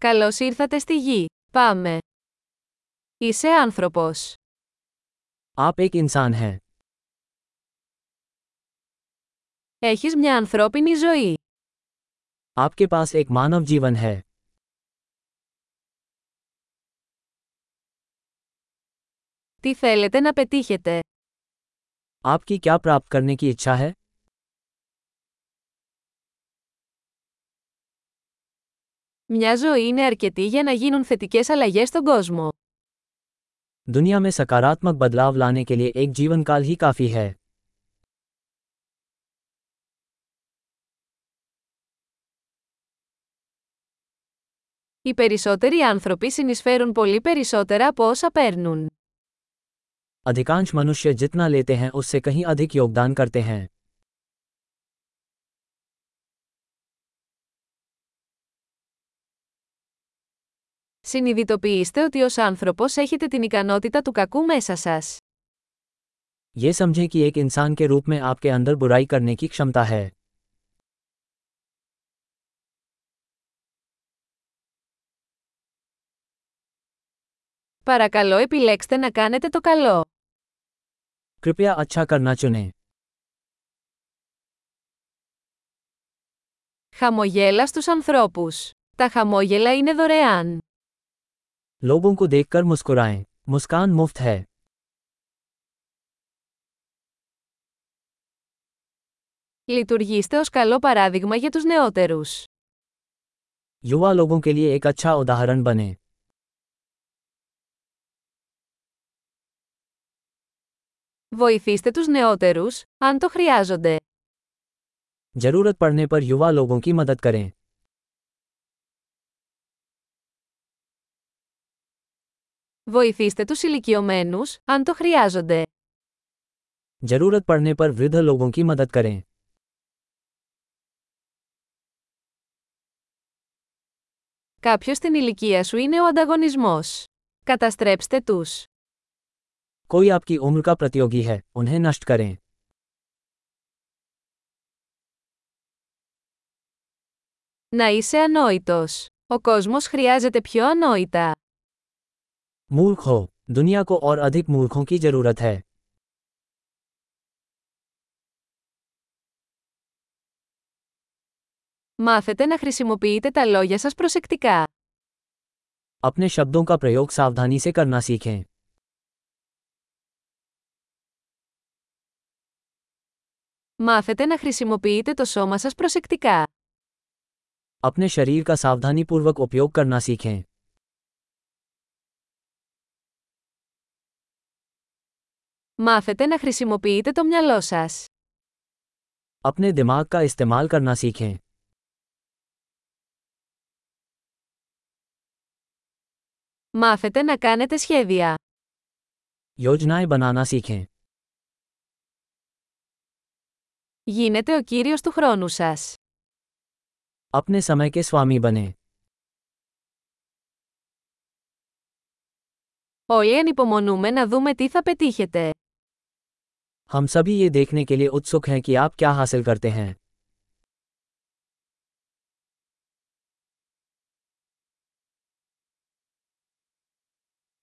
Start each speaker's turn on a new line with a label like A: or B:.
A: Καλώς ήρθατε στη γη. Πάμε. Είσαι άνθρωπος.
B: आप एक इंसान हैं
A: Έχεις μια ανθρώπινη ζωή.
B: आपके पास एक मानव जीवन है
A: Τι θέλετε να πετύχετε.
B: आपकी क्या प्राप्त करने की इच्छा है
A: Μια ζωή είναι αρκετή για να γίνουν θετικές αλλαγές στον κόσμο.
B: दुनिया में सकारात्मक बदलाव लाने के लिए एक जीवन काल ही काफी है
A: Οι περισσότεροι άνθρωποι συνεισφέρουν πολύ περισσότερα από όσα παίρνουν.
B: अधिकांश मनुष्य जितना लेते हैं उससे कहीं अधिक योगदान करते हैं
A: Συνειδητοποιήστε ότι ως άνθρωπος έχετε την ικανότητα του κακού μέσα σας.
B: ये समझें कि एक इंसान के रूप में आपके अंदर बुराई करने की क्षमता है
A: Παρακαλώ επιλέξτε να κάνετε το καλό.
B: कृपया अच्छा करना चुनें
A: Χαμογέλα στους ανθρώπους. Τα χαμόγελα είναι δωρεάν.
B: लोगों को देखकर मुस्कुराएं मुस्कान मुफ्त है
A: Λειτουργήστε ως καλό παράδειγμα για τους νεότερους.
B: युवा लोगों के लिए एक अच्छा उदाहरण बने
A: Βοηθήστε τους νεότερους, αν το χρειάζονται.
B: जरूरत पड़ने पर युवा लोगों की मदद करें
A: Βοηθήστε τους ηλικιωμένους, αν το χρειάζονται.
B: जरूरत पड़ने पर वृद्ध लोगों की मदद करें
A: Κάποιος στην ηλικία σου είναι ο ανταγωνισμός. Καταστρέψτε τους.
B: कोई आपकी उम्र का प्रतियोगी है उन्हें नष्ट करें
A: Να είσαι ανόητος. Ο κόσμος χρειάζεται πιο ανόητα.
B: मूर्ख हो दुनिया को और अधिक मूर्खों की जरूरत है
A: Μάθετε να χρησιμοποιείτε τα λόγια σας προσεκτικά.
B: अपने शब्दों का प्रयोग सावधानी से करना सीखें
A: Μάθετε να χρησιμοποιείτε το σώμα σας προσεκτικά.
B: अपने शरीर का सावधानीपूर्वक उपयोग करना सीखें
A: Μάθετε να χρησιμοποιείτε το μυαλό σας.
B: अपने दिमाग का इस्तेमाल करना सीखें
A: Μάθετε να κάνετε σχέδια.
B: योजनाएं बनाना सीखें
A: Γίνετε ο κύριος του χρόνου σας.
B: अपने समय के स्वामी बने
A: Όλοι ανυπομονούμε να δούμε τι θα πετύχετε.
B: हम सभी ये देखने के लिए उत्सुक हैं कि आप क्या हासिल करते हैं